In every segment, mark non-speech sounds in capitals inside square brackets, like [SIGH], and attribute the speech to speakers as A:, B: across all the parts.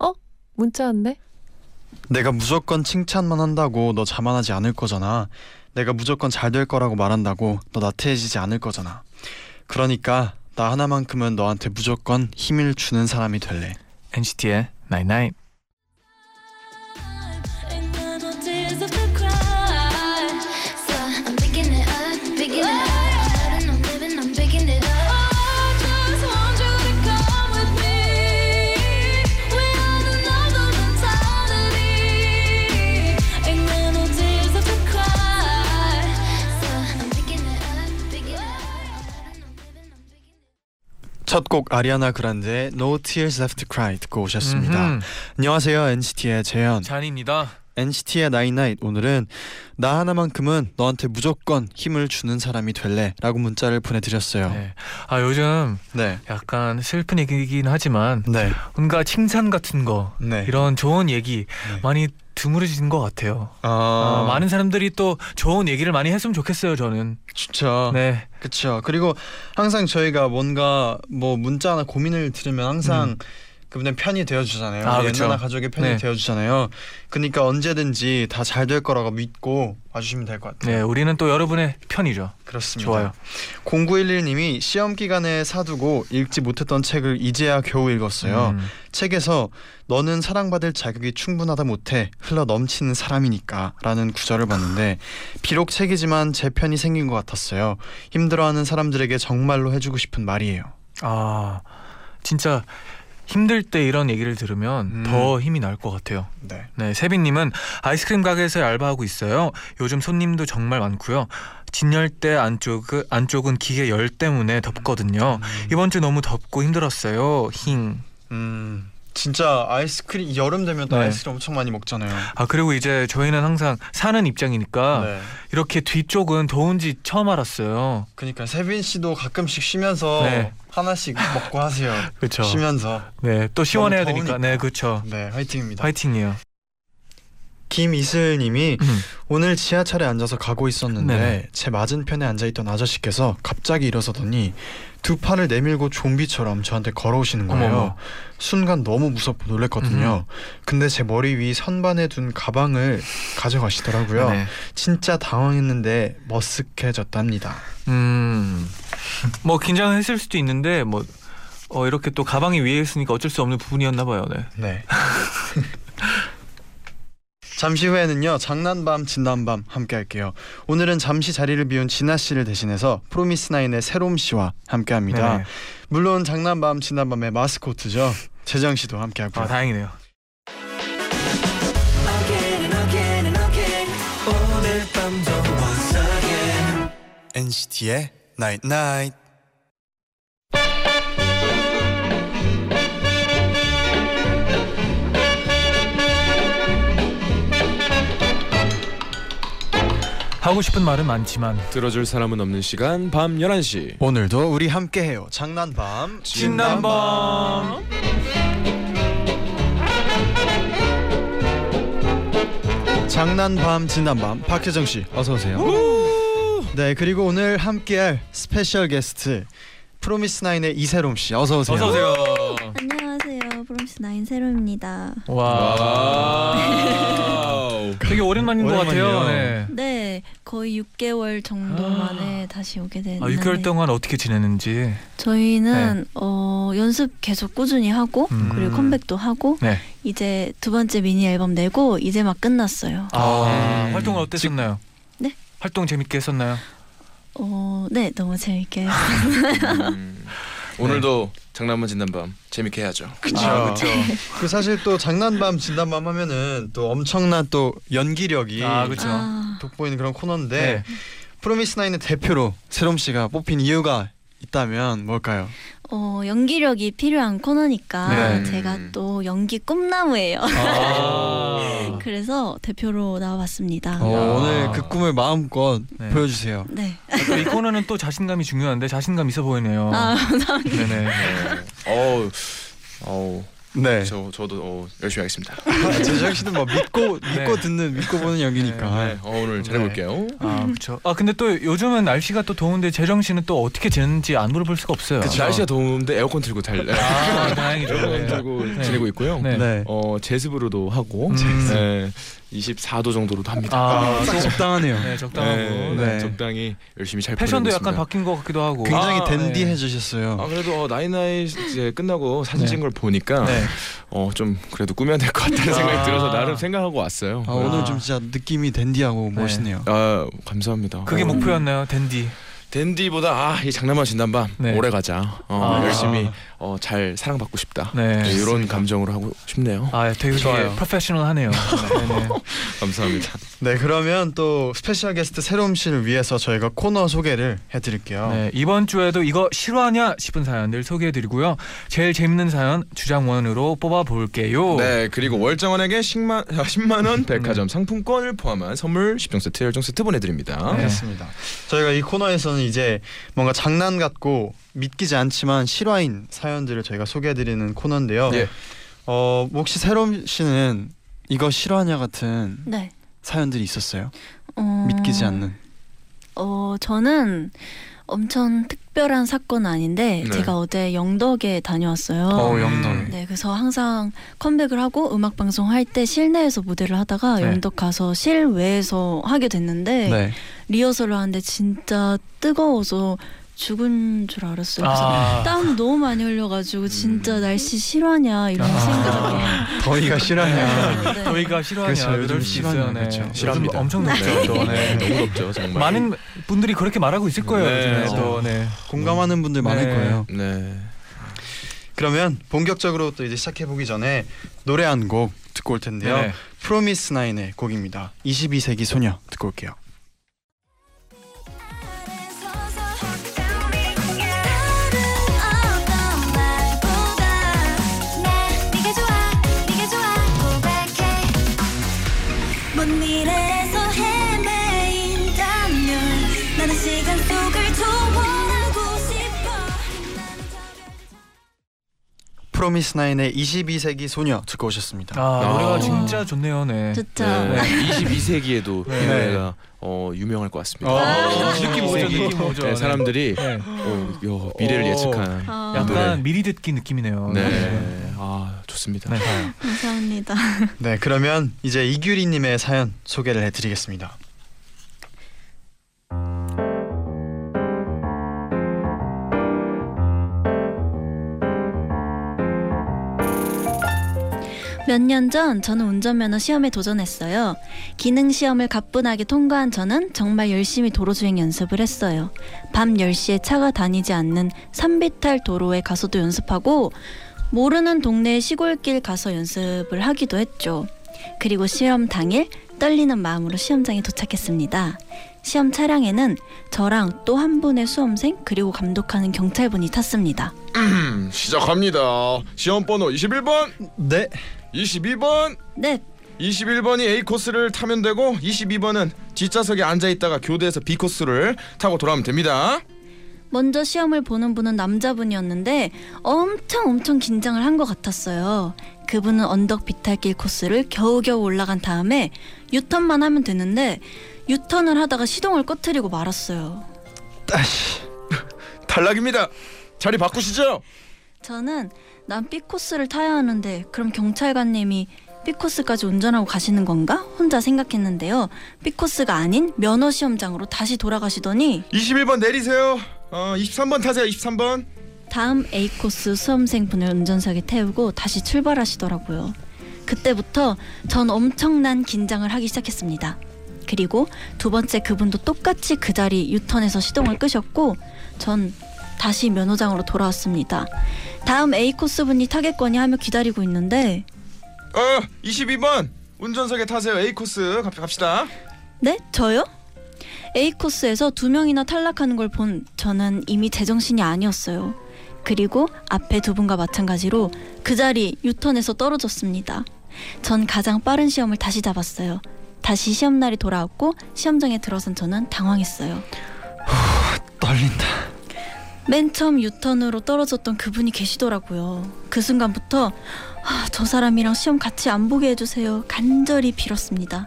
A: 어? 문자 왔네?
B: 내가 무조건 칭찬만 한다고 너 자만하지 않을 거잖아. 내가 무조건 잘 될 거라고 말한다고 너 나태해지지 않을 거잖아. 그러니까 나 하나만큼은 너한테 무조건 힘을 주는 사람이 될래.
C: NCT의 Night Night.
D: Ain't no more tears left to cry. So I'm picking it up, picking it up. Harder than I'm living, I'm picking it up. I just want you to come with me. We are the love mentality. Ain't no more tears left to cry. So I'm picking it up, picking it up. Harder than I'm living, I'm picking it up.
B: 첫 곡 아리아나 그란데의 No Tears Left to Cry 듣고 오셨습니다.
C: 음흠.
B: 안녕하세요 NCT의 재현.
C: 잔입니다.
B: NCT의 나인나잇 오늘은 나 하나만큼은 너한테 무조건 힘을 주는 사람이 될래라고 문자를 보내드렸어요.
C: 네. 아 요즘
B: 네,
C: 약간 슬픈 얘기긴 하지만
B: 네,
C: 뭔가 칭찬 같은 거
B: 네.
C: 이런 좋은 얘기
B: 네.
C: 많이 드물어진 것 같아요.
B: 아,
C: 아, 많은 사람들이 또 좋은 얘기를 많이 했으면 좋겠어요. 저는.
B: 좋죠.
C: 네.
B: 그렇죠. 그리고 항상 저희가 뭔가 뭐 문자나 고민을 들으면 항상
C: 음.
B: 그분의 편이 되어주잖아요.
C: 아,
B: 우리
C: 그쵸.
B: 엔나나 가족의 편이
C: 네.
B: 되어주잖아요. 그러니까 언제든지 다 잘 될 거라고 믿고 와주시면 될 것 같아요.
C: 네. 우리는 또 여러분의 편이죠.
B: 그렇습니다.
C: 좋아요.
B: 0911님이 시험 기간에 사두고 읽지 못했던 책을 이제야 겨우 읽었어요.
C: 음.
B: 책에서 너는 사랑받을 자격이 충분하다 못해 흘러 넘치는 사람이니까라는 구절을 봤는데 비록 책이지만 제 편이 생긴 것 같았어요. 힘들어하는 사람들에게 정말로 해주고 싶은 말이에요.
C: 아 진짜 힘들 때 이런 얘기를 들으면
B: 음.
C: 더 힘이 날 것 같아요.
B: 네.
C: 네, 세빈님은 아이스크림 가게에서 알바하고 있어요. 요즘 손님도 정말 많고요. 진열대 안쪽 안쪽은 기계 열 때문에 덥거든요. 이번 주 너무 덥고 힘들었어요. 힝.
B: 음 진짜 아이스크림 여름 되면 또
C: 네.
B: 아이스크림 엄청 많이 먹잖아요.
C: 아 그리고 이제 저희는 항상 사는 입장이니까
B: 네.
C: 이렇게 뒤쪽은 더운지 처음 알았어요.
B: 그러니까 세빈 씨도 가끔씩 쉬면서
C: 네.
B: 하나씩 먹고 하세요.
C: 그렇죠.
B: 쉬면서
C: 네, 또 시원해야
B: 너무
C: 되니까.
B: 더우니까.
C: 네, 그렇죠.
B: 네 화이팅입니다.
C: 파이팅이에요.
B: 김이슬님이
C: 음.
B: 오늘 지하철에 앉아서 가고 있었는데
C: 네네.
B: 제 맞은편에 앉아 있던 아저씨께서 갑자기 일어서더니 두 팔을 내밀고 좀비처럼 저한테 걸어오시는 거예요.
C: 어머머. 음.
B: 순간 너무 무섭고 놀랬거든요. 근데 제 머리 위 선반에 둔 가방을 가져가시더라고요.
C: 네.
B: 진짜 당황했는데 머쓱해졌답니다.
C: 음. 뭐 긴장했을 수도 있는데 뭐 어, 이렇게 또 가방이 위에 있으니까 어쩔 수 없는 부분이었나 봐요. 네.
B: 네. [LAUGHS] 잠시 후에는요 장난밤 진단밤 함께할게요. 오늘은 잠시 자리를 비운 진아 씨를 대신해서 프로미스나인의 새롬 씨와 함께합니다.
C: 네네.
B: 물론 장난밤 진단밤의 마스코트죠 재정 씨도 함께하고요.
C: 아 다행이네요.
E: Again and again and again 오늘 밤도 once again
B: NCT의 Night Night.
C: 하고 싶은 말은 많지만
F: 들어줄 사람은 없는 시간 밤 11시
B: 오늘도 우리 함께해요. 장난밤
C: 진단밤.
B: 장난밤 진단밤 박혜정 씨 어서 오세요. 네 그리고 오늘 함께할 스페셜 게스트 프로미스나인의 이세롬 씨 어서 오세요.
C: 어서 오세요.
G: 안녕하세요. 브롬스 나인 세로입니다.
C: 와.
F: 와우.
C: 되게 오랜만인 것 같아요.
B: 오랜만이에요.
C: 네.
G: 네, 거의 6개월 정도 만에 다시 오게 됐는데
C: 아, 6개월 동안 어떻게 지냈는지.
G: 저희는 어, 연습 계속 꾸준히 하고
C: 음.
G: 그리고 컴백도 하고
C: 네.
G: 이제 두 번째 미니 앨범 내고 이제 막 끝났어요.
C: 아,
B: 음.
C: 활동은 어땠었나요?
G: 네?
C: 활동 재밌게 했었나요?
G: 어, 네, 너무 재밌게
C: 아,
F: 음, [LAUGHS] 오늘도 장난만 진단 밤 재밌게 해야죠.
B: 그쵸. 그 사실 또 장난밤 진단밤 하면은 또 엄청난 또 연기력이
C: 아, 그쵸.
G: 아,
B: 돋보이는 그런
C: 네.
B: 네. 코너인데 프로미스나인의 대표로 세롬 씨가 뽑힌 이유가 있다면 뭘까요?
G: 어, 연기력이 필요한 코너니까
C: 네.
G: 제가 또 연기 꿈나무예요.
C: 아.
G: [LAUGHS] 그래서 대표로 나와봤습니다.
B: 어,
C: 야.
B: 오늘 그 꿈을 마음껏
C: 네.
B: 보여주세요.
G: 네.
C: 아, 그러니까 이 코너는 또 자신감이 중요한데 자신감 있어 보이네요.
G: 아, [LAUGHS]
C: 네네.
F: 어우 어우
B: 네.
F: 저 저도 어, 열심히 하겠습니다.
C: 네.
B: 제작 씨는 뭐 믿고 믿고 듣는 믿고 보는 연기니까.
F: 네, 어, 오늘 잘해볼게요.
C: 아 그렇죠. 아 근데 또 요즘은 날씨가 또 더운데 재정 씨는 또 어떻게 지내는지 안 물어볼 수가 없어요.
F: 그쵸. 날씨가 더운데 에어컨 틀고 달.
C: 아 다행이죠.
F: [LAUGHS] 에어컨 틀고 지내고 있고요.
C: 네.
B: 네.
F: 어 제습으로도 하고
C: 제습.
F: 네, 24도 정도로도 합니다.
C: 아,
B: 딱 어, 적당하네요.
C: 네 적당하고.
F: 네,
C: 네.
B: 네.
F: 적당히 열심히 잘
C: 패션도
F: 보내고
C: 약간
F: 있습니다.
C: 바뀐 것 같기도 하고.
B: 굉장히
C: 아,
B: 댄디해
C: 네.
B: 주셨어요.
F: 아 그래도 어, 나이나이 이제 끝나고 사진
B: 네.
F: 찍은 걸 보니까
C: 네.
F: 어 좀 그래도 꾸며야 될 것 같다는
C: 아.
F: 생각이 들어서 나름 생각하고 왔어요.
B: 아,
F: 아,
B: 오늘 좀 진짜 느낌이 댄디하고
C: 네.
B: 멋있네요.
F: 감사합니다.
C: 그게
F: 어,
C: 목표였나요, 댄디?
F: 댄디보다 아이 장난만 진단밤
C: 네.
F: 오래 가자. 어,
C: 아.
F: 열심히 어, 잘 사랑받고 싶다.
C: 네.
F: 네, 이런 감정으로 하고 싶네요.
C: 아, 되게
F: 좋아요.
C: 프로페셔널하네요. 네네.
F: 감사합니다.
B: 네, 그러면 또 스페셜 게스트 새로운 씨를 위해서 저희가 코너 소개를 해드릴게요.
C: 네, 이번 주에도 이거 실화냐 싶은 사연들 소개해드리고요. 제일 재밌는 사연 주장원으로 뽑아볼게요.
F: 네 그리고 월정원에게 10만 10만
C: 음.
F: 원 백화점 상품권을 포함한 선물 10종 세트 열종 세트 보내드립니다.
C: 네.
B: 그렇습니다. 저희가 이 코너에서는 이제 뭔가 장난 같고 믿기지 않지만 실화인 사연들을 저희가 소개해드리는 코너인데요.
C: 네.
F: 예.
B: 어, 혹시 새롬 씨는 이거 실화냐 같은
G: 네.
B: 사연들이 있었어요?
G: 어,
B: 믿기지 않는.
G: 어, 저는 엄청 특별한 사건 은 아닌데
F: 네. 예.
G: 제가 어제 영덕에 다녀왔어요.
B: 어, 영동.
G: 네, 그래서 항상 컴백을 하고 음악 방송 할 때 실내에서 무대를 하다가
C: 네.
G: 영덕 가서 실외에서 하게 됐는데
B: 네.
G: 리허설을 하는데 진짜 뜨거워서 죽은 줄 알았어요. 그래서
C: 아,
G: 땀 너무 많이 흘려가지고 진짜 날씨 실화냐 이런
C: 아.
G: 생각에
B: 더위가 실화냐.
C: [LAUGHS]
G: 네.
C: 저희가 실화냐
B: 그렇죠,
C: 그럴
B: 요즘
C: 수 있어요.
B: 실화냐,
C: 네.
B: 그렇죠.
C: 요즘
F: 실화입니다.
C: 엄청
F: 네.
C: 높죠. 네.
F: 너무 덥죠 정말.
C: 많은 분들이 그렇게 말하고 있을 거예요.
F: 네.
C: 요즘에 또. 네.
B: 공감하는 분들 많을
C: 네.
B: 거예요.
F: 네.
B: 그러면 본격적으로 또 이제 시작해 보기 전에 노래 한 곡 듣고 올 텐데요.
C: 네.
B: 프로미스 나인의 곡입니다. 22세기 소녀 듣고 올게요.
D: 서서 다른 어떤 말보다 난 네가 좋아 네가 좋아 고백해 먼 미래에서 헤매인다면 나는 시간 속을 초월하고 싶어
B: 프로미스 나인의 22세기 소녀 듣고 오셨습니다.
C: 아, 노래가
F: 아.
C: 진짜 좋네요. 네.
G: 진짜
F: 네. 22세기에도
C: 네. 어,
F: 이 노래가 어, 유명할 것 같습니다.
B: 아,
C: 느낌 오죠, 느낌 오죠.
F: 네, 사람들이
C: 네.
F: 어, 야, 미래를
C: 어.
F: 예측한
G: 아,
C: 약간
F: 노래.
C: 미리 듣기 느낌이네요.
F: 네. 아 좋습니다.
C: 네.
G: 감사합니다.
B: 네, 그러면 이제 이규리 님의 사연 소개를 해 드리겠습니다.
G: 몇 년 전 저는 운전면허 시험에 도전했어요. 기능 시험을 가뿐하게 통과한 저는 정말 열심히 도로주행 연습을 했어요. 밤 10시에 차가 다니지 않는 산비탈 도로에 가서도 연습하고 모르는 동네의 시골길 가서 연습을 하기도 했죠. 그리고 시험 당일 떨리는 마음으로 시험장에 도착했습니다. 시험 차량에는 저랑 또 한 분의 수험생 그리고 감독하는 경찰분이 탔습니다.
F: 음, 시작합니다. 시험 번호 21번,
B: 네.
F: 22번,
G: 넵!
F: 21번이 A 코스를 타면 되고 22번은 뒷좌석에 앉아 있다가 교대에서 B 코스를 타고 돌아오면 됩니다.
G: 먼저 시험을 보는 분은 남자분이었는데 엄청 엄청 긴장을 한 것 같았어요. 그분은 언덕 비탈길 코스를 겨우겨우 올라간 다음에 유턴만 하면 되는데 유턴을 하다가 시동을 꺼트리고 말았어요.
F: 탈락입니다. 자리 바꾸시죠.
G: 저는 난 B 코스를 타야 하는데 그럼 경찰관님이 B 코스까지 운전하고 가시는 건가? 혼자 생각했는데요. B 코스가 아닌 면허 시험장으로 다시 돌아가시더니
F: 21번 내리세요. 어, 23번 타세요. 23번.
G: 다음 A 코스 수험생분을 운전석에 태우고 다시 출발하시더라고요. 그때부터 전 엄청난 긴장을 하기 시작했습니다. 그리고 두 번째 그분도 똑같이 그 자리 유턴해서 시동을 끄셨고 전 다시 면허장으로 돌아왔습니다. 다음 A 코스 분이 타겠거니 하며 기다리고 있는데
F: 어, 22번. 운전석에 타세요. A 코스 갑- 갑시다.
G: 네? 저요? A 코스에서 두 명이나 탈락하는 걸 본 저는 이미 제정신이 아니었어요. 그리고 앞에 두 분과 마찬가지로 그 자리 유턴에서 떨어졌습니다. 전 가장 빠른 시험을 다시 잡았어요. 다시 시험 날이 돌아왔고 시험장에 들어선 저는 당황했어요.
B: 떨린다.
G: 맨 처음 유턴으로 떨어졌던 그분이 계시더라고요. 그 순간부터 아, 저 사람이랑 시험 같이 안 보게 해주세요. 간절히 빌었습니다.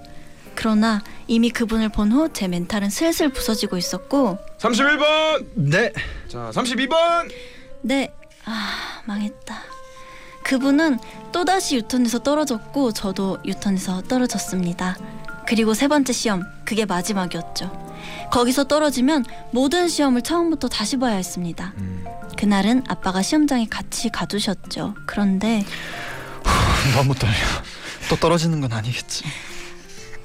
G: 그러나 이미 그분을 본 후 제 멘탈은 슬슬 부서지고 있었고
F: 31번.
B: 네.
F: 자, 32번.
G: 네. 아, 망했다. 그분은 또다시 유턴에서 떨어졌고 저도 유턴에서 떨어졌습니다. 그리고 세 번째 시험, 그게 마지막이었죠. 거기서 떨어지면 모든 시험을 처음부터 다시 봐야 했습니다. 그날은 아빠가 시험장에 같이 가두셨죠. 그런데
B: [LAUGHS] 너무 떨려. 또 떨어지는 건 아니겠지.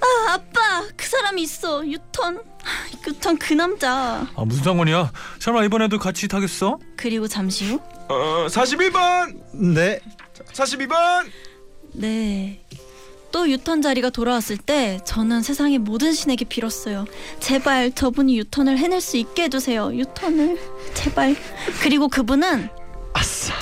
G: 아, 아빠, 그 사람이 있어. 유턴. 아, 유턴 그 남자.
C: 아 무슨 상관이야? 설마 이번에도 같이 타겠어?
G: 그리고 잠시 후
F: 어, 41번.
B: 네.
F: 42번.
G: 네. 또 유턴 자리가 돌아왔을 때 저는 세상의 모든 신에게 빌었어요. 제발 저분이 유턴을 해낼 수 있게 해주세요. 유턴을 제발. 그리고 그분은
B: 아싸.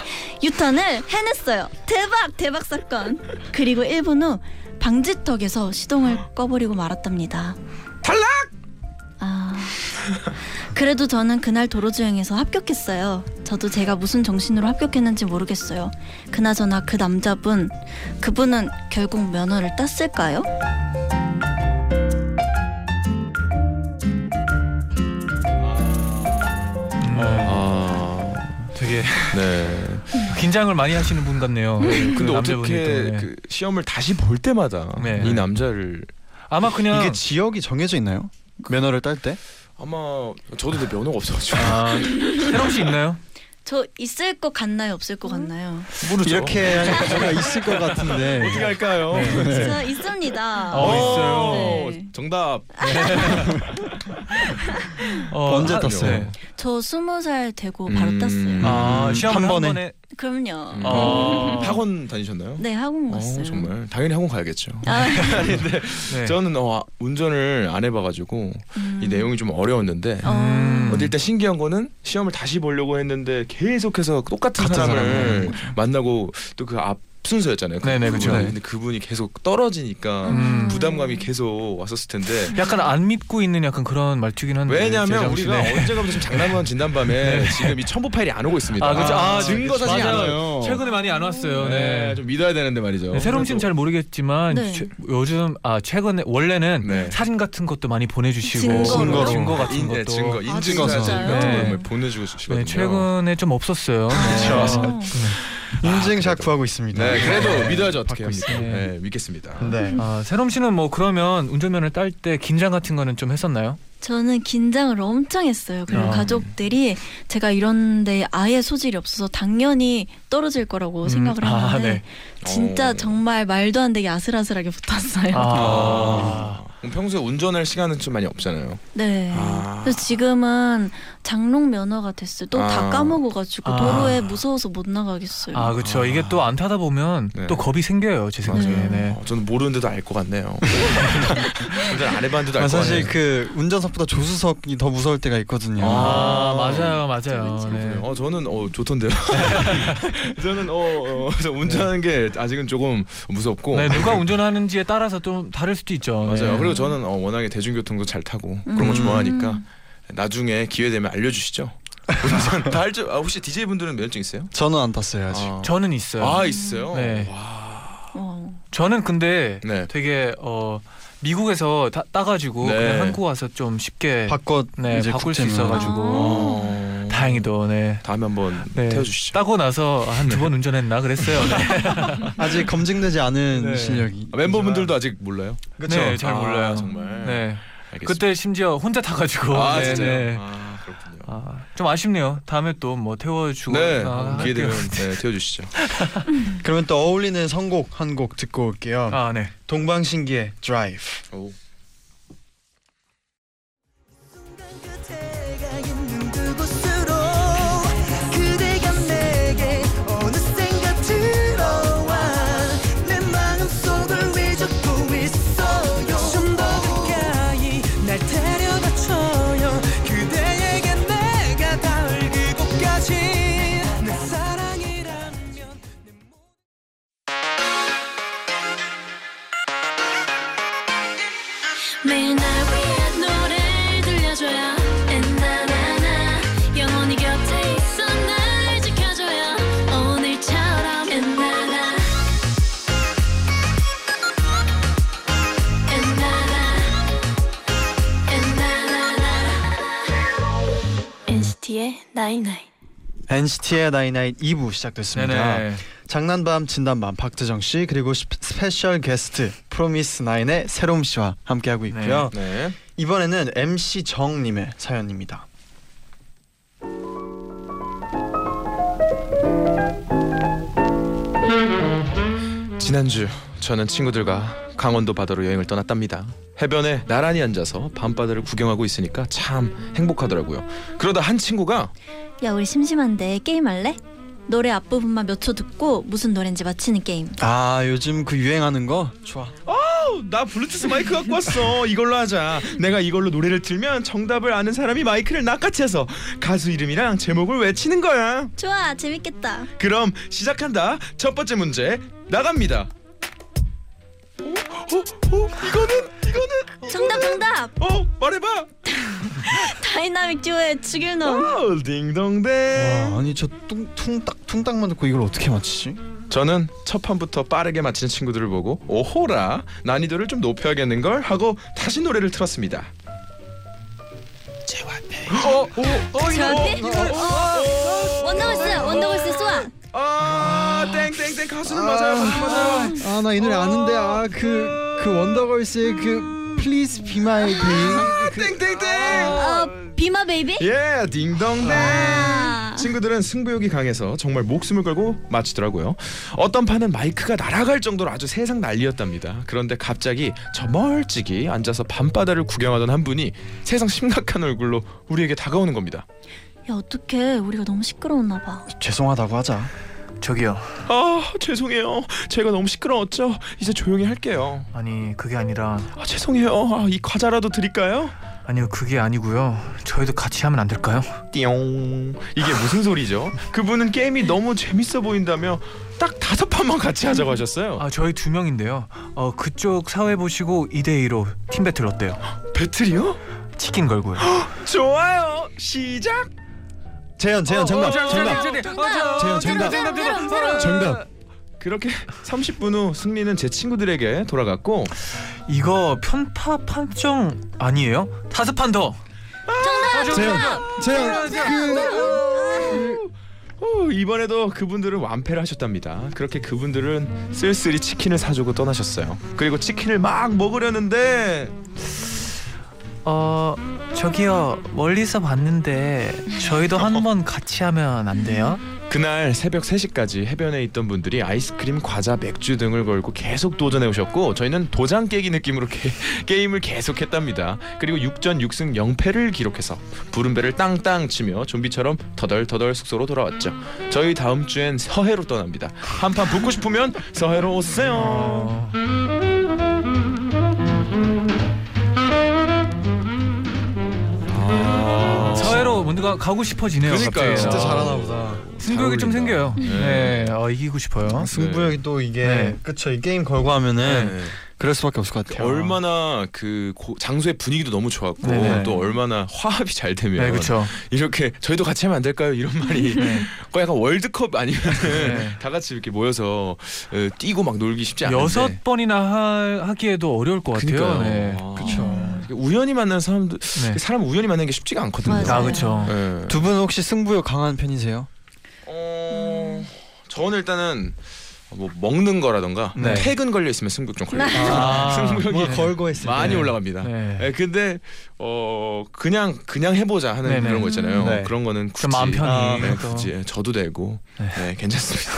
G: 유턴을 해냈어요. 대박 대박 사건. 그리고 1분 후 방지턱에서 시동을 꺼버리고 말았답니다.
F: 탈락!
G: 아. 그래도 저는 그날 도로주행에서 합격했어요. 저도 제가 무슨 정신으로 합격했는지 모르겠어요. 그나저나 그 남자분, 그분은 결국 면허를 땄을까요?
C: 어,
F: 아.
C: 되게
F: 네.
C: 긴장을 많이 하시는 분 같네요. 그
F: 근데
C: 남자분이
F: 어떻게
C: 때문에.
F: 그 시험을 다시 볼 때마다
C: 네.
F: 이 남자를
C: 아마 그냥
B: 이게 지역이 정해져 있나요? 면허를 딸 때?
F: 아마 저도 근데 면허가 없어가지고
B: 아,
C: 새롬 씨 있나요?
G: 저 있을 것 같나요? 없을 것 같나요?
F: 모르죠.
B: 그렇죠. 이렇게 하니까 있을 것 같은데.
F: 어떻게 할까요? 네.
G: 저 있습니다.
C: 어, 있어요.
G: 네.
F: 정답.
C: 어,
B: 언제
C: 아,
B: 땄어요?
C: 네.
G: 저 스무 살 되고 바로
F: 음.
G: 땄어요.
C: 아
B: 음,
C: 시험 한
B: 한 번에?
C: 번에
G: 그럼요.
C: 어.
F: 학원 다니셨나요?
G: 네 학원
F: 어,
G: 갔어요.
F: 정말 당연히 학원 가야겠죠.
G: 아,
C: 네.
F: 저는 어, 운전을 안 해봐가지고
G: 음.
F: 이 내용이 좀 어려웠는데
G: 어.
C: 음.
F: 어, 일단 신기한 거는 시험을 다시 보려고 했는데 계속해서 똑같은
B: 같은
F: 사람을 음.
B: 사람을.
F: 만나고 또 그 앞 순서였잖아요. 그
C: 네네, 그쵸.
F: 부분이. 근데 그분이 계속 떨어지니까
C: 음.
F: 부담감이 계속 왔었을 텐데
C: 약간 안 믿고 있는 약간 그런 말투긴 한데
F: 왜냐하면
C: 재정 씨,
F: 우리가
C: 음. 네.
F: 언제가부터 지금 장난만
C: [LAUGHS]
F: 진단 밤에 지금 이 첨부 파일이 안 오고 있습니다.
C: 아, 그쵸. 아,
F: 증거
C: 그쵸.
F: 사진이 안
C: 맞아요.
F: 와요.
C: 최근에 많이 안 왔어요.
F: 네,
C: 네.
F: 좀 믿어야 되는데 말이죠.
C: 네, 새롬 씨는 잘 모르겠지만
G: 네.
C: 최- 요즘 아 최근에 원래는
F: 네.
C: 사진 같은 것도 많이 보내주시고
G: 증거로. 증거로.
C: 증거 같은
F: 인,
C: 것도
F: 네, 증거
C: 네,
F: 인증
G: 아,
F: 사진
G: 진짜요?
F: 같은
C: 네.
F: 걸 보내주고 싶거든요.
C: 최근에 좀
F: [LAUGHS]
C: 없었어요. 네.
G: 어.
B: 인증샷 구하고 있습니다.
F: 네, 그래도 믿어야죠 어떻게
C: 받고
F: 합니까?
C: 있어요.
F: 네, 믿겠습니다.
B: 네.
C: 아, 새롬 씨는 뭐 그러면 운전면허 딸때 긴장 같은 거는 좀 했었나요?
G: 저는 긴장을 엄청 했어요. 그리고
C: 아.
G: 가족들이 제가 이런데 아예 소질이 없어서 당연히 떨어질 거라고
C: 음,
G: 생각을
C: 아,
G: 했는데
C: 네.
G: 진짜
F: 어.
G: 정말 말도 안 되게 아슬아슬하게 붙었어요.
F: 아. 그럼 평소에 운전할 시간은 좀 많이 없잖아요.
G: 네.
F: 아.
G: 그래서 지금은 장롱 면허가 됐어요. 또 다
F: 아.
G: 까먹어가지고
C: 아.
G: 도로에 무서워서 못 나가겠어요.
C: 아, 그렇죠. 이게 또 안 타다 보면
F: 네.
C: 또 겁이 생겨요, 제 생각에.
G: 맞아요.
C: 네.
F: 어, 저는 모르는데도 알 것
C: [LAUGHS]
F: 같네요. 운전 안 해봤는데도
B: 아,
F: 알 것 같네요.
B: 사실 그 운전석보다 조수석이 더 무서울 때가 있거든요.
C: 아, 맞아요, 맞아요.
G: 그렇죠.
C: 네.
F: 어 저는 어
C: [LAUGHS]
F: 좋던데요. 저는 어, 어 저 운전하는 게 아직은 조금 무섭고
C: 네, 누가 운전하는지에 따라서 좀 다를 수도 있죠.
F: 맞아요.
C: 네.
F: 그리고 저는 어, 워낙에 대중교통도 잘 타고 그런 거 좋아하니까 나중에 기회 되면 알려주시죠. 운전 다할줄 아, 혹시 DJ 분들은 면허증 있어요?
B: 저는 안 땄어요 아직.
C: 저는 있어요.
F: 아 있어요.
C: 네.
F: 와.
G: 어.
C: 저는 근데
F: 네.
C: 되게 어 미국에서 다, 따가지고
F: 네.
C: 그냥 한국 와서 좀 쉽게
B: 바꿔
C: 네,
B: 이제
C: 바꿀 수
B: 국제면.
C: 있어가지고
G: 아.
F: 어.
C: 다행히도 네.
F: 다음에 한번
C: 네.
F: 태워주시죠.
C: 따고 나서 한 두 번 운전했나
F: [LAUGHS]
C: 그랬어요. 네,
B: 아직 검증되지 않은
C: 네.
B: 실력이.
F: 아, 멤버분들도 아직 몰라요?
B: 그쵸?
C: 네, 잘
F: 아,
C: 몰라요.
F: 정말.
C: 네.
F: 알겠습니다.
C: 그때 심지어 혼자 타가지고
F: 아
C: 네,
F: 진짜요?
C: 네.
F: 아 그렇군요.
C: 아, 좀 아쉽네요. 다음에 또 뭐 태워주고
F: 네
C: 아,
F: 기회 되면
C: 할게요.
F: 네, 태워주시죠.
B: 그러면 또 어울리는 선곡 한 곡 듣고 올게요.
C: 아 네.
B: 동방신기의 드라이브.
F: 오.
E: 그대가 있는 그곳으로 그대가 내게 어느샌가 들어와 내 마음속을 위젓고 있어요 좀 더 가까이 날 데려다줘요 그대에게 내가 닿을 그곳까지 내
D: 나잇나잇
B: NCT의 나이나잇 2부 시작됐습니다.
C: 네네.
B: 장난밤 진단밤 박재정 씨 그리고 시- 스페셜 게스트 프로미스 나인의 새롬 씨와 함께하고 있고요.
F: 네.
B: 이번에는 MC 정 님의 사연입니다.
F: 지난주 저는 친구들과 강원도 바다로 여행을 떠났답니다. 해변에 나란히 앉아서 밤바다를 구경하고 있으니까 참 행복하더라고요. 그러다 한 친구가
G: 야 우리 심심한데 게임할래? 노래 앞부분만 몇 초 듣고 무슨 노래인지 맞히는 게임
B: 아, 요즘 그 유행하는 거 좋아.
F: "어, 나 블루투스 마이크 갖고 왔어. 이걸로 하자. 내가 이걸로 노래를 틀면 정답을 아는 사람이 마이크를 낚아채서 가수 이름이랑 제목을 외치는 거야.
G: 좋아 재밌겠다
F: 그럼 시작한다. 첫 번째 문제 나갑니다. 어? 어? 어? 이거는 이거는
G: 정답 정답
F: 어 말해봐.
G: 다이나믹 듀오의 죽일 놈
F: 어 딩동댕.
B: 와, 아니 저 뚱, 퉁딱 퉁딱만 듣고 이걸 어떻게 맞히지?
F: 저는 첫 판부터 빠르게 맞히는 친구들을 보고 오호라 난이도를 좀 높여야겠는 걸 하고 다시 노래를 틀었습니다. 어?
G: 저한테? 어, 원더걸스 원더걸스 쏘아
F: 아 땡땡땡 가수는 맞아요 가수 맞아요.
B: 아, 나 이 노래 아는데. 아, 그 그 원더걸스의 그 플리즈 비 마이 베이.
F: 땡땡땡.
G: 어 비마 베이비?
F: 예 딩동댕.
G: 아.
F: 친구들은 승부욕이 강해서 정말 목숨을 걸고 마치더라고요. 어떤 판은 마이크가 날아갈 정도로 아주 세상 난리였답니다. 그런데 갑자기 저 멀찍이 앉아서 밤바다를 구경하던 한 분이 세상 심각한 얼굴로 우리에게 다가오는 겁니다.
G: 야 어떡해 우리가 너무 시끄러웠나 봐
B: 그, 죄송하다고 하자.
C: 저기요.
F: 아 죄송해요 제가 너무 시끄러웠죠 이제 조용히 할게요
C: 아니 그게 아니라
F: 아 죄송해요 아, 이 과자라도 드릴까요?
C: 아니요 그게 아니고요. 저희도 같이 하면 안 될까요?
F: 띠용 이게 무슨 소리죠? 그분은 게임이 너무 재밌어 보인다며 딱 다섯 판만 같이 하자고 하셨어요
C: 아 저희 두 명인데요. 어 그쪽 사회 보시고 2대 2로 팀 배틀 어때요?
F: 배틀이요?
C: 치킨 걸고요.
B: 아,
F: 좋아요 시작
B: 재현, 재현 정답. 정답. 재현 정답. 정답.
F: 그렇게 30분 후 승리는 제 친구들에게 돌아갔고
C: 이거 편파 판정 아니에요? 다섯 판 더.
G: 정답
B: 재현. 재현. 그
F: 오, 어, 이번에도 그분들은 완패를 하셨답니다. 그렇게 그분들은 쓸쓸히 치킨을 사주고 떠나셨어요. 그리고 치킨을 막 먹으려는데
C: 어 저기요 멀리서 봤는데 저희도 한 번 같이 하면 안 돼요?
F: 그날 새벽 3시까지 해변에 있던 분들이 아이스크림, 과자, 맥주 등을 걸고 계속 도전해 오셨고 저희는 도장 깨기 느낌으로 게, [LAUGHS] 게임을 계속했답니다. 그리고 6전 6승 0패를 기록해서 부른배를 땅땅 치며 좀비처럼 터덜터덜 숙소로 돌아왔죠. 저희 다음 주엔 서해로 떠납니다. 한판 붙고 싶으면 서해로 오세요.
C: 어,
F: 아,
C: 사회로 뭔가 가고 싶어지네요.
F: 그러니까요.
C: 갑자기.
B: 진짜
F: 아.
B: 잘하나 보다.
C: 승부욕이 좀
F: 어울린다.
C: 생겨요.
F: 네.
C: 네, 어, 이기고 싶어요.
B: 승부욕이 또 이게
C: 네.
B: 그쵸 이 게임 걸고 하면은 그럴 수밖에 없을 것 같아요.
F: 네. 얼마나 그 고- 장소의 분위기도 너무 좋았고
C: 네네.
F: 또 얼마나 화합이 잘 되면
C: 네, 그렇죠.
F: 이렇게 저희도 같이 하면 안 될까요? 이런
C: [LAUGHS]
F: 말이 거 약간 월드컵 아니면
C: 네.
F: 다 같이 이렇게 모여서 어, 뛰고 막 놀기 쉽지 않은데
C: 여섯 번이나 하, 하기에도 어려울 것 같아요.
F: 그러니까요. 그
C: 네.
F: 아,
B: 그쵸.
F: 이게 우연히 만난 사람들
C: 네.
F: 사람 우연히 만나는 게 쉽지가 않거든요.
G: 맞아요.
C: 아 그렇죠.
F: 네.
B: 두 분 혹시 승부욕 강한 편이세요?
F: 어, 저는 일단은 뭐 먹는 거라던가
C: 네. 아,
F: 퇴근 걸려 있으면 승부 좀 걸려. 요 아. [LAUGHS] 승부욕이
B: 뭘 아, 걸고 했을 때
F: 많이 올라갑니다.
C: 네.
F: 예, 근데 어 그냥 그냥 해보자 하는
C: 네네.
F: 그런 거 있잖아요.
B: 네.
F: 그런 거는 굳이
C: 좀 마음 편히
F: 아, 네,
C: 또.
F: 굳이 예, 저도 되고 네,
C: 네.
B: [LAUGHS]
F: 괜찮습니다.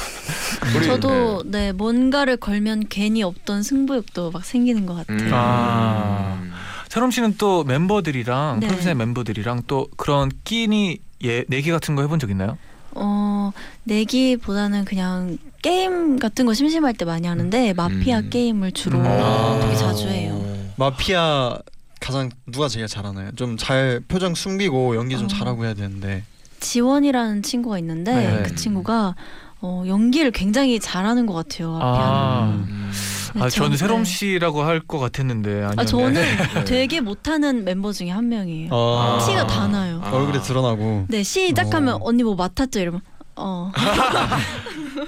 F: 우리,
G: 저도 네 뭔가를 걸면 괜히 없던 승부욕도 막 생기는 것
F: 네.
G: 같아요
F: 음.
C: 아. 세롬 씨는 또 멤버들이랑
G: 네.
C: 프로듀서의 멤버들이랑 또 그런 끼니 예, 내기 같은 거 해본 적 있나요?
G: 어 내기보다는 그냥 게임 같은 거 심심할 때 많이 하는데 마피아
F: 음.
G: 게임을 주로
C: 음.
F: 아.
G: 되게 자주 해요.
B: 마피아 가장 누가 제일 잘하나요? 좀 잘 표정 숨기고 연기 좀
G: 어.
B: 잘하고 해야 되는데
G: 지원이라는 친구가 있는데
C: 네.
G: 그 친구가 어, 연기를 굉장히 잘하는 것 같아요. 마피아는.
C: 아,
F: 음.
C: 아 저는 세롬
G: 네.
C: 씨라고 할 것 같았는데 아니요.
G: 아 저는 [LAUGHS]
F: 네.
G: 되게 못하는 멤버 중에 한 명이에요.
B: 아.
G: 티가 다 나요.
F: 아.
B: 얼굴에 드러나고
G: 네 시작하면
B: 어.
G: 언니 뭐 맡았죠 이러면 어.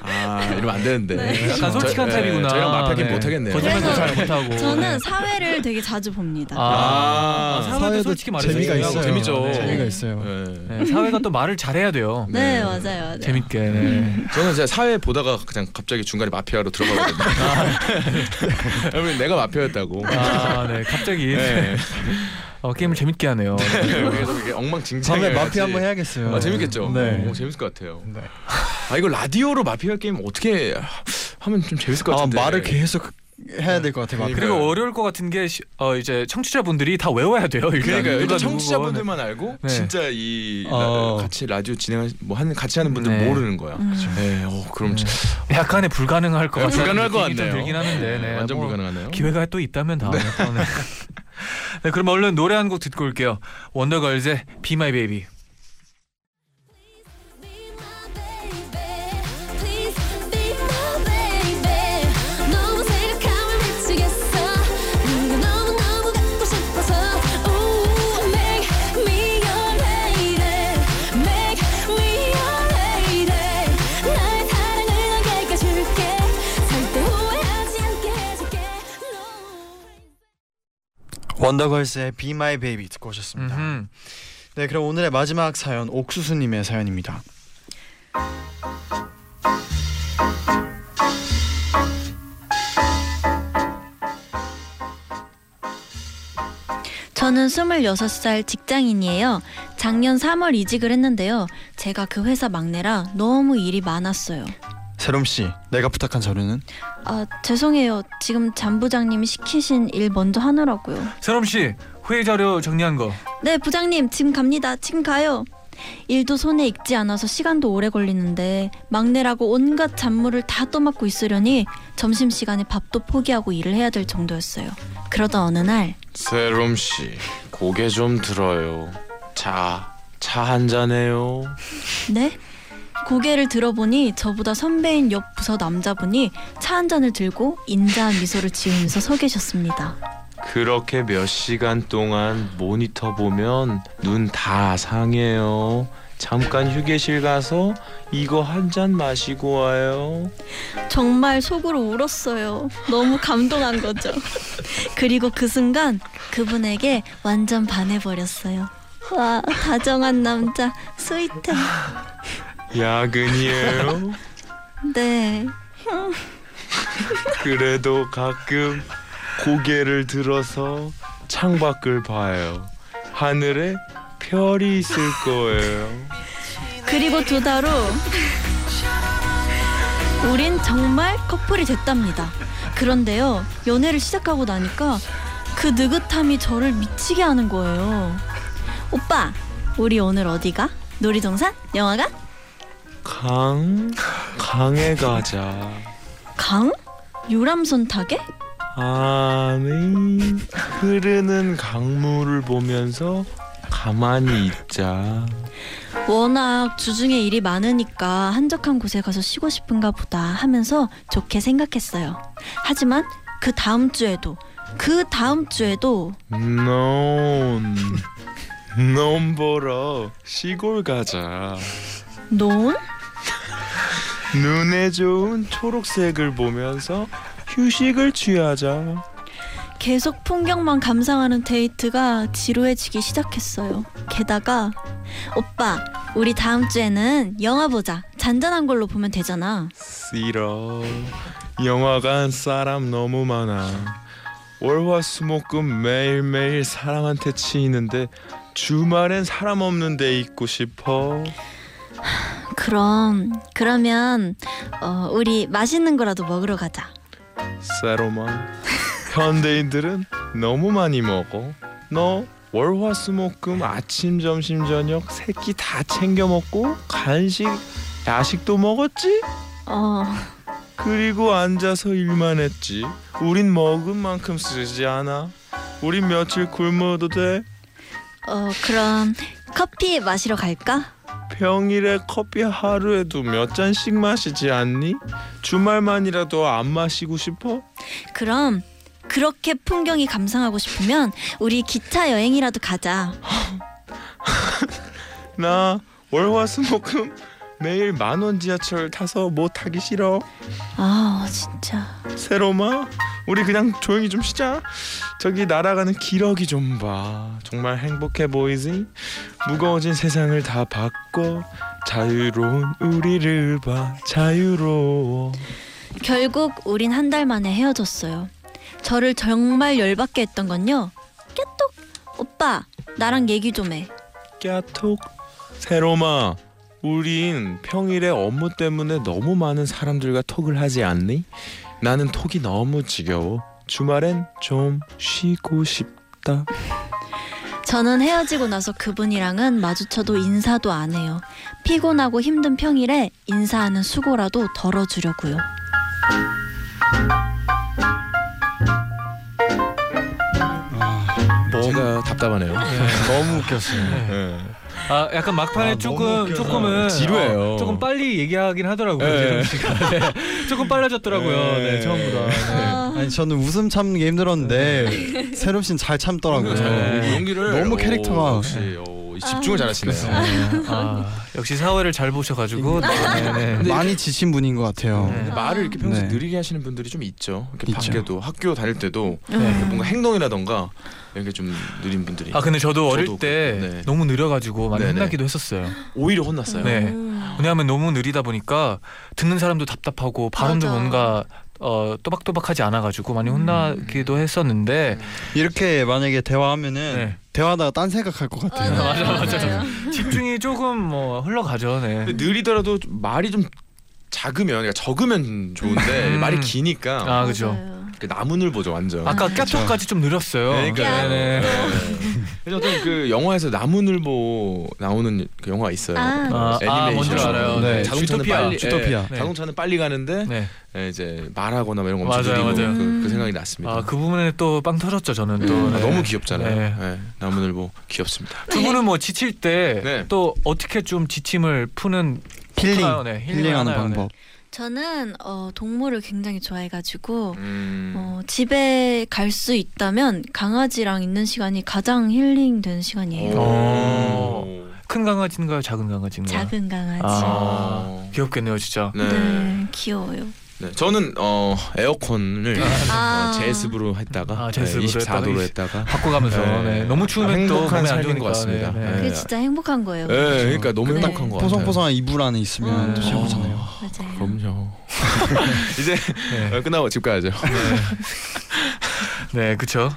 F: 아 이러면 안 되는데.
G: 네.
F: 네.
C: 약간 솔직한
F: 저-
C: 타입이구나.
F: 네, 저희랑 맞먹긴
C: 네.
F: 못하겠네요.
C: 거짓말도
G: 그래서
C: 잘 못하고.
G: 저는 사회를 되게 자주 봅니다.
C: 아,
F: 아,
C: 사회도 솔직히 말해서
B: 재미가
C: 중요하고
B: 있어요.
C: 재미죠.
B: 네. 재미가
C: 네.
B: 있어요.
F: 네.
C: 네, 사회가 또 말을 잘해야 돼요.
G: 네, 맞아요, 맞아요.
C: 재밌게. 네.
F: 저는 진짜 사회 보다가 그냥 갑자기 중간에
C: [LAUGHS]
F: 마피아로 들어가거든요. [LAUGHS] 여러분 내가 마피아였다고.
C: 네. 아, 네. 갑자기
F: 네.
C: 어, 게임을 재밌게 하네요.
F: 그래서 이게 엉망진창.
B: 다음에 마피 한번 해야겠어요.
F: 아, 재밌겠죠.
B: 네.
F: 오, 재밌을 것 같아요.
B: 네.
F: 아 이거 라디오로 마피아 게임 어떻게 하면 좀 재밌을 것
B: 아
F: 같은데.
B: 말을 계속 해야 될 것 같아. 마피.
F: 그러니까요.
C: 그리고 어려울 것 같은 게 시- 어, 이제 청취자분들이 다 외워야 돼요. 일단.
F: 그러니까
C: 누가
F: 일단
C: 누구건.
F: 청취자분들만 알고
C: 네.
F: 진짜 이
B: 어.
F: 라- 같이 라디오 진행한 뭐 하는 같이 하는 분들
C: 네.
F: 모르는 거야.
G: 음. 그렇죠.
F: 네, 어, 그럼
C: 네. 약간의 불가능할 것
F: 네,
C: 같아요.
F: 불가능할 것
C: 느낌이 좀
F: 같네요.
C: 들긴 하는데. 네.
F: 완전
C: 뭐
F: 불가능하네요.
C: 기회가 또 있다면 다음에. 또,
F: [LAUGHS]
C: 네. 네, 그럼 얼른 노래 한 곡 듣고 올게요. 원더걸즈의 Be My Baby.
D: Be my baby, please be my baby. 너무 생각하면 미치겠어. 네가 너무 너무 갖고 싶어서. Ooh, make me your lady, make me your lady. 나의 사랑을 너에게 줄게. 절대 후회하지 않게 해줄게. No.
B: 원더걸스의 Be My Baby 듣고 오셨습니다.
C: 음흠.
B: 네, 그럼 오늘의 마지막 사연 옥수수님의 사연입니다.
G: 저는 26살 직장인이에요. 작년 3월 이직을 했는데요. 제가 그 회사 막내라 너무 일이 많았어요.
B: 세롬 씨, 내가 부탁한 자료는
G: 아, 죄송해요. 지금 잠 부장님이 시키신 일 먼저 하느라고요.
C: 세롬 씨 회의 자료 정리한 거.
G: 네, 부장님. 지금 갑니다. 지금 가요. 일도 손에 익지 않아서 시간도 오래 걸리는데 막내라고 온갖 잡무를 다 떠맡고 있으려니 점심시간에 밥도 포기하고 일을 해야 될 정도였어요. 그러던 어느 날
F: 세롬 씨 고개 좀 들어요. 자 차 한 잔해요.
G: 네? 고개를 들어보니 저보다 선배인 옆 부서 남자분이 차 한 잔을 들고 인자한 미소를 지으면서 서 계셨습니다.
F: 그렇게 몇 시간 동안 모니터 보면 눈 다 상해요. 잠깐 휴게실 가서 이거 한 잔 마시고 와요.
G: 정말 속으로 울었어요. 너무 감동한 거죠. 그리고 그 순간 그분에게 완전 반해버렸어요. 와, 다정한 남자, 스윗해.
F: 야근이에요.
G: 네.
F: 그래도 가끔 고개를 들어서 창밖을 봐요. 하늘에 별이 있을 거예요.
G: 그리고 두 달 후 우린 정말 커플이 됐답니다. 그런데요, 연애를 시작하고 나니까 그 느긋함이 저를 미치게 하는 거예요. 오빠, 우리 오늘 어디가? 놀이동산? 영화관?
F: 강 강에 가자.
G: 강? 유람선 타게?
F: 아니 흐르는 강물을 보면서 가만히 있자.
G: 워낙 주중에 일이 많으니까 한적한 곳에 가서 쉬고 싶은가 보다 하면서 좋게 생각했어요. 하지만 그 다음 주에도 그 다음 주에도
F: 넌 넘보러 시골 가자.
G: 논?
F: 눈에 좋은 초록색을 보면서 휴식을 취하자.
G: 계속 풍경만 감상하는 데이트가 지루해지기 시작했어요. 게다가 오빠, 우리 다음 주에는 영화 보자. 잔잔한 걸로 보면 되잖아.
F: 싫어. 영화관 사람 너무 많아. 월화수목금 매일매일 사람한테 치이는데 주말엔 사람 없는 데 있고 싶어.
G: 그럼 그러면 어, 우리 맛있는 거라도 먹으러 가자.
F: 세로만. 현대인들은 너무 많이 먹어. 너 월화수목금 아침 점심 저녁 세끼 다 챙겨 먹고 간식 야식도 먹었지?
G: 어,
F: 그리고 앉아서 일만 했지. 우린 먹은 만큼 쓰지 않아. 우린 며칠 굶어도 돼.
G: 어 그럼 커피 마시러 갈까?
F: 평일에 커피 하루에도 몇 잔씩 마시지 않니? 주말만이라도 안 마시고 싶어?
G: 그럼 그렇게 풍경이 감상하고 싶으면 우리 기차 여행이라도 가자.
F: 나 월화수목금 매일 만원 지하철 타서 뭐 타기 싫어.
G: 아 진짜
F: 새로마 우리 그냥 조용히 좀 쉬자 저기 날아가는 기러기 좀 봐 정말 행복해 보이지 무거워진 세상을 다 바꿔 자유로운 우리를 봐 자유로워
G: 결국 우린 한 달 만에 헤어졌어요. 저를 정말 열받게 했던 건요. 깨똑 오빠 나랑 얘기 좀 해.
F: 까톡 새로마 우린 평일에 업무 때문에 너무 많은 사람들과 톡을 하지 않니 나는 톡이 너무 지겨워 주말엔 좀 쉬고 싶다
G: 저는 헤어지고 나서 그분이랑은 마주쳐도 인사도 안 해요. 피곤하고 힘든 평일에 인사하는 수고라도 덜어주려고요.
F: 제가 답답하네요
B: 음. 너무 웃겼어요. 네.
F: 예.
C: 아 약간 막판에
B: 아, 너무
C: 조금
B: 웃겨서
C: 조금은
F: 지루해요.
C: 어, 조금 빨리 얘기하긴 하더라고요.
F: 예.
C: 지름 씨가.
F: [LAUGHS]
C: 네. 조금 빨라졌더라고요.
F: 예.
C: 네, 처음보다. 네.
B: 아니 저는 웃음 참는 게 힘들었는데 세롬 씨는 잘
F: 아,
B: 참더라고요.
C: 네.
F: 용기를
B: 너무 캐릭터가- 네. 그렇죠.
F: 오, 역시 오, 집중을 잘하시네요.
C: 아, 역시 사회를 잘
G: 음.
C: 보셔가지고 네, 네.
B: 많이 지친 분인 것 같아요.
C: 네.
F: 말을 이렇게 평소에
B: 네.
F: 느리게 하시는 분들이 좀 있죠. 이렇게
B: 있죠.
F: 밖에도 학교 다닐 때도
C: 네.
G: 음.
F: 뭔가 행동이라던가 이렇게 좀 느린 분들이
C: 아 근데 저도 어릴
F: 저도
C: 때
F: 그렇고, 네.
C: 너무 느려가지고 많이
F: 네, 네.
C: 혼나기도 했었어요.
F: 오히려 혼났어요.
C: 네.
G: 음.
C: 왜냐하면 너무 느리다 보니까 듣는 사람도 답답하고 발음도
G: 맞아. 음.
C: 뭔가 어, 또박또박하지 않아가지고 많이 혼나기도 했었는데
B: 이렇게 만약에 대화하면은
C: 네.
B: 대화하다가 딴 생각할 것 같아요.
C: 맞아, 맞아.
G: 음.
C: 집중이 조금 뭐 흘러가죠. 네.
F: 근데 느리더라도 좀 말이 좀 작으면 그러니까 적으면 좋은데
C: 음.
F: 말이 기니까
C: 아 그죠.
G: 맞아요.
F: 그 나무늘 보죠 완전.
C: 아까 까톡까지 좀 느렸어요.
F: 그러니까요.
C: 네, 네.
F: 그래서 어떤 그 영화에서 나무늘보 나오는 그 영화가 있어요.
G: 아.
C: 아, 아 뭔지
F: 애니메이션.
C: 알아요.
B: 네,
C: 네.
F: 자동차는
C: 주토피아.
F: 빨리
B: 주토피아.
F: 예,
C: 네.
F: 자동차는 빨리 가는데
C: 네.
F: 예, 이제 말하거나 이런 거 엄청
C: 맞아요,
F: 느리고
C: 맞아요.
F: 그, 그 생각이 났습니다.
C: 아 그 부분에 또 빵 터졌죠. 저는 또
F: 아,
C: 네.
F: 너무 귀엽잖아요.
C: 네.
F: 예, 나무늘보 귀엽습니다.
C: 두 분은 뭐 지칠 때
F: 네.
C: 또 어떻게 좀 지침을 푸는
B: 힐링,
C: 하나요? 네, 힐링을
B: 힐링하는
C: 하나요?
B: 방법.
G: 저는 어, 동물을 굉장히 좋아해가지고
F: 음.
G: 어, 집에 갈 수 있다면 강아지랑 있는 시간이 가장 힐링되는 시간이에요.
C: 오. 네. 큰 강아지인가요? 작은 강아지인가요?
G: 작은 강아지.
C: 아. 귀엽겠네요, 진짜.
F: 네. 네.
G: 네, 귀여워요.
F: 저는 어 에어컨을
G: 아.
F: 어, 제습으로 했다가
C: 아, 제습으로
F: 네,
C: 했다가
F: 24도로 했다가
C: 바꿔가면서
F: 네.
C: 네. 너무
F: 아,
C: 추우면 또
F: 행복한
C: 몸에 안
F: 삶인
C: 좋으니까.
F: 것 같습니다.
C: 네, 네.
F: 네.
G: 그게 진짜 행복한 거예요.
F: 예, 네, 그러니까 너무
G: 그래.
F: 행복한
C: 뭐
F: 것 같아요.
B: 뽀송뽀송한 이불 안에 있으면
G: 음.
B: 또 최고잖아요.
G: 맞아요.
F: 그럼요. 이제
C: 네.
F: 어, 끝나고 집 가야죠.
C: 네, 그렇죠.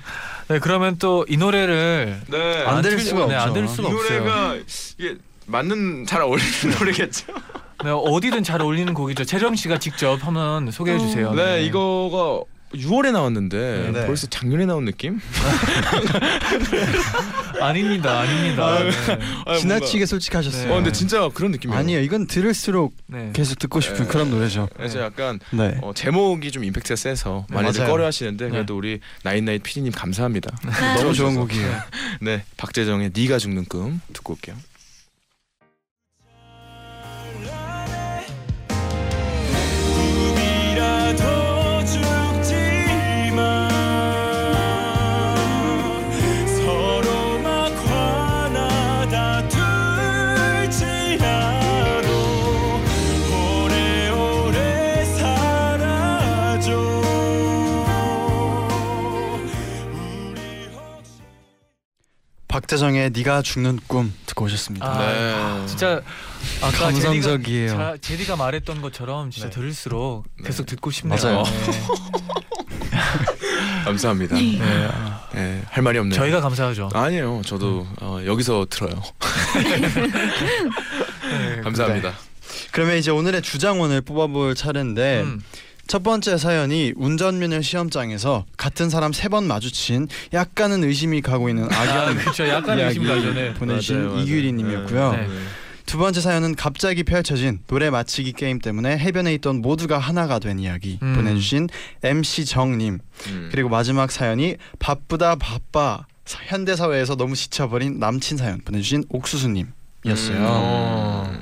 C: 네, 그러면 또 이 노래를
F: [LAUGHS] 네.
B: 안 될
C: 틀-
B: 수가
C: 네, 안될
B: 없죠.
F: 이
C: 수가 없어요.
F: 노래가 이게 맞는 잘 어울리는 노래겠죠.
C: 네, 어디든 잘 어울리는 곡이죠. 재령 씨가 직접 한번 소개해 주세요.
F: 네, 이거가 6월에 나왔는데
B: 네.
F: 벌써 작년에 나온 느낌?
C: 아닙니다, 아닙니다. 네.
F: 아,
B: 지나치게
F: 뭔가-
B: 솔직하셨어요.
F: 어, 근데 진짜 그런 느낌이에요.
B: 아니에요. 이건 들을수록
C: 네.
B: 계속 듣고 싶은
F: 네.
B: 그런 노래죠.
F: 그래서
C: 네.
F: 약간
B: 네.
F: 어, 제목이 좀 임팩트가 세서
C: 네, 네.
F: 많이들
B: 맞아요.
F: 꺼려하시는데 그래도 우리 나인나잇 PD님 감사합니다.
G: 그러니까
B: 너무 좋은
F: 좋아서.
B: 곡이에요.
F: 네, 박재정의 네가 죽는 꿈 듣고 올게요.
E: 꿈이라도 죽지만 서로 막 화나 다툴지라도 오래오래 살아줘 우리 혹시
B: 박태정의 네가 죽는 꿈 듣고 오셨습니다.
C: 아,
F: 네.
C: 아, 진짜 아까
B: 감성적이에요.
C: 제디가, 자- 제디가 말했던 것처럼 진짜
F: 네.
C: 들을수록
F: 네.
C: 계속 듣고 싶네요.
B: 맞아요.
F: 감사합니다.
C: 네. 네, 아,
F: 네, 할 말이 없네요.
C: 저희가 네. 감사하죠.
F: 아니에요. 저도 어, 여기서 들어요.
C: 네.
F: [LAUGHS] 감사합니다.
B: 그러면 이제 오늘의 주장원을 뽑아볼 차례인데
C: 음.
B: 첫 번째 사연이 운전면허 시험장에서 같은 사람 세 번 마주친 약간은 의심이 가고 있는
C: 아,
B: 악연
C: 그렇죠. 약간
B: 이야기.
C: 의심가죠. 네.
B: 보내주신
F: 맞아요, 맞아요.
B: 이규리님이었고요.
C: 네.
B: 두 번째 사연은 갑자기 펼쳐진 노래 맞히기 게임 때문에 해변에 있던 모두가 하나가 된 이야기
C: 음.
B: 보내주신 MC 정님
F: 음.
B: 그리고 마지막 사연이 바쁘다 바빠 사- 현대 사회에서 너무 지쳐버린 남친 사연 보내주신 옥수수님이었어요.
F: 음.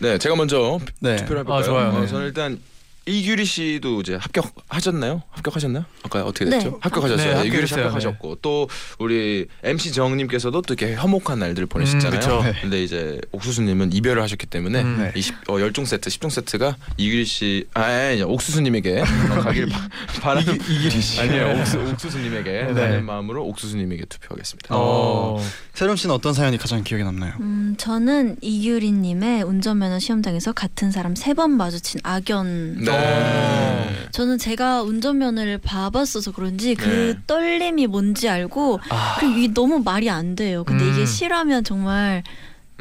F: 네, 제가 먼저
B: 네.
F: 투표를 해볼까요?
C: 아, 좋아요.
F: 어,
C: 네.
F: 저는 일단 이규리 씨도 이제 합격하셨나요? 합격하셨나요? 아까 어떻게
G: 네.
F: 됐죠? 합격하셨어요.
C: 네,
F: 이규리 씨
C: 합격했어요.
F: 합격하셨고 또 우리 MC 정님께서도 또 이렇게 화목한 날들
C: 음,
F: 보내셨잖아요.
C: 그쵸.
B: 네.
F: 근데 이제 옥수수님은 이별을 하셨기 때문에
C: 음.
B: 네.
F: 이 십- 어, 10종 세트, 10종 세트가 이규리 씨, 아, 아니, 옥수수님에게 어, 가길 바, 바라는 이규리 씨 아니에요, 옥수, 옥수수님에게
B: 네.
F: 라는 마음으로 옥수수님에게 투표하겠습니다.
C: 어.
B: 세롬 씨는 어떤 사연이 가장 기억에 남나요?
G: 음, 저는 이유리님의 운전면허 시험장에서 같은 사람 세 번 마주친 악연.
F: 네.
G: 저는 제가 운전면허를 봐봤어서 그런지 그
F: 네.
G: 떨림이 뭔지 알고 그리고 이게 너무 말이 안 돼요. 근데
C: 음.
G: 이게 실하면 정말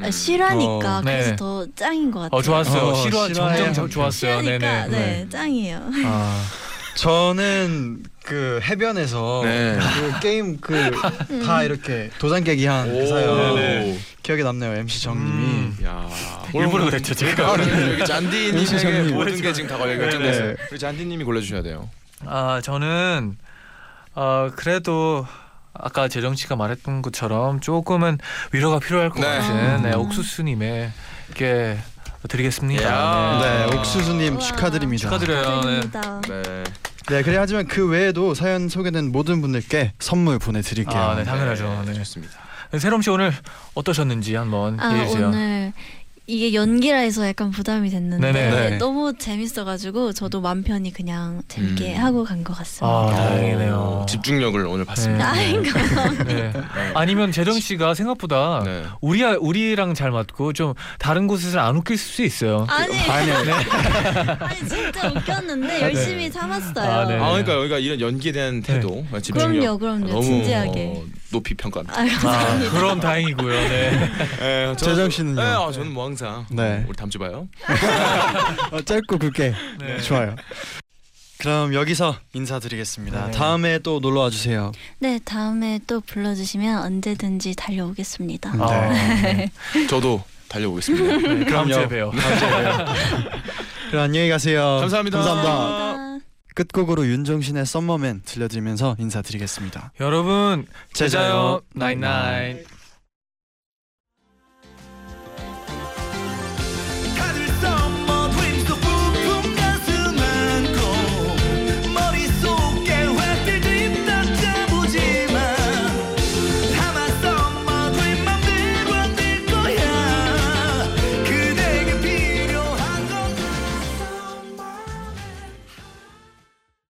G: 아,
F: 음.
G: 실하니까
B: 어,
C: 네.
G: 그래서 더 짱인 것 같아요.
C: 어 좋았어요.
B: 어,
C: 싫어
B: 싫어해.
C: 점점 점- 좋았어요.
G: 실하니까
C: 네네.
G: 네, 짱이에요.
C: 아,
B: 저는 그 해변에서
F: 네.
B: 그 게임 그
G: 음.
B: 다 이렇게 도장 깨기 한 그 사연
F: 오. 네,
B: 기억에 남네요. MC 정님이
C: 음.
F: 야.
C: 일부러 그랬죠, 제가.
F: 아, 네. 여기 잔디님에게
B: 정님.
F: 모든 게 지금 다 걸려
B: 네, 네.
F: 결정됐어요. 우리 잔디님이 골라주셔야 돼요.
C: 아 저는 어, 그래도 아까 재정 씨가 말했던 것처럼 조금은 위로가 필요할 것
F: 네.
C: 같은 네,
B: 음.
C: 옥수수님의 게 드리겠습니다.
F: 야.
C: 네.
B: 네,
F: 아.
B: 옥수수님
G: 우와.
B: 축하드립니다.
G: [LAUGHS]
C: 축하드려요. 네.
G: 감사합니다.
F: 네.
B: 네, 그래 하지만 그 외에도 사연 소개된 모든 분들께 선물 보내드릴게요.
C: 아, 네, 당연하죠. 네.
F: 좋습니다.
C: 세롬 씨 오늘 어떠셨는지 한번
G: 아
C: 얘기해 주세요.
G: 오늘 이게 연기라 해서 약간 부담이 됐는데
C: 네네.
B: 네.
G: 너무 재밌어가지고 저도 맘 편히 그냥 재밌게
F: 음.
G: 하고 간 것 같습니다.
C: 아,
G: [LAUGHS]
C: 다행이네요.
F: 오, 어, 집중력을 오늘 봤습니다.
G: 아, 아닌가?
C: 네. 아니면 재정 씨가 생각보다
F: 네.
C: 우리 우리랑 잘 맞고 좀 다른 곳에서 안 웃길 수 있어요.
G: 아니,
B: 아니,
G: 아니 진짜 웃겼는데 열심히 참았어요.
C: 아, 네.
F: 아 그러니까 여기가 이런 연기에 대한 태도, 집중력
G: 그럼요, 그럼요.
F: 너무
G: 진지하게.
F: 어, 높이 평가합니다.
G: 아, 감사합니다.
C: 그럼 다행이고요.
B: [LAUGHS]
C: 네.
F: 예, 저는-
B: 재정 씨는요?
F: 예, 아, 저는 뭐 항상
B: 네.
F: 우리 다음 주 봐요.
B: 어, 짧고 굵게
C: 네.
B: [LAUGHS] 좋아요. 그럼 여기서 인사드리겠습니다.
C: 네.
B: 다음에 또 놀러 와 주세요.
G: 네, 다음에 또 불러주시면 언제든지 달려오겠습니다.
B: 음.
C: 아,
B: 네.
F: 저도 달려오겠습니다.
C: 네, 다음
B: 그럼요.
C: 주에 봬요.
B: [LAUGHS] 그럼 안녕히 가세요.
F: 감사합니다.
B: 감사합니다.
G: 감사합니다.
B: 끝곡으로 윤종신의 썸머맨 들려드리면서 인사드리겠습니다.
C: 여러분
B: 제자요,
C: 나잇나잇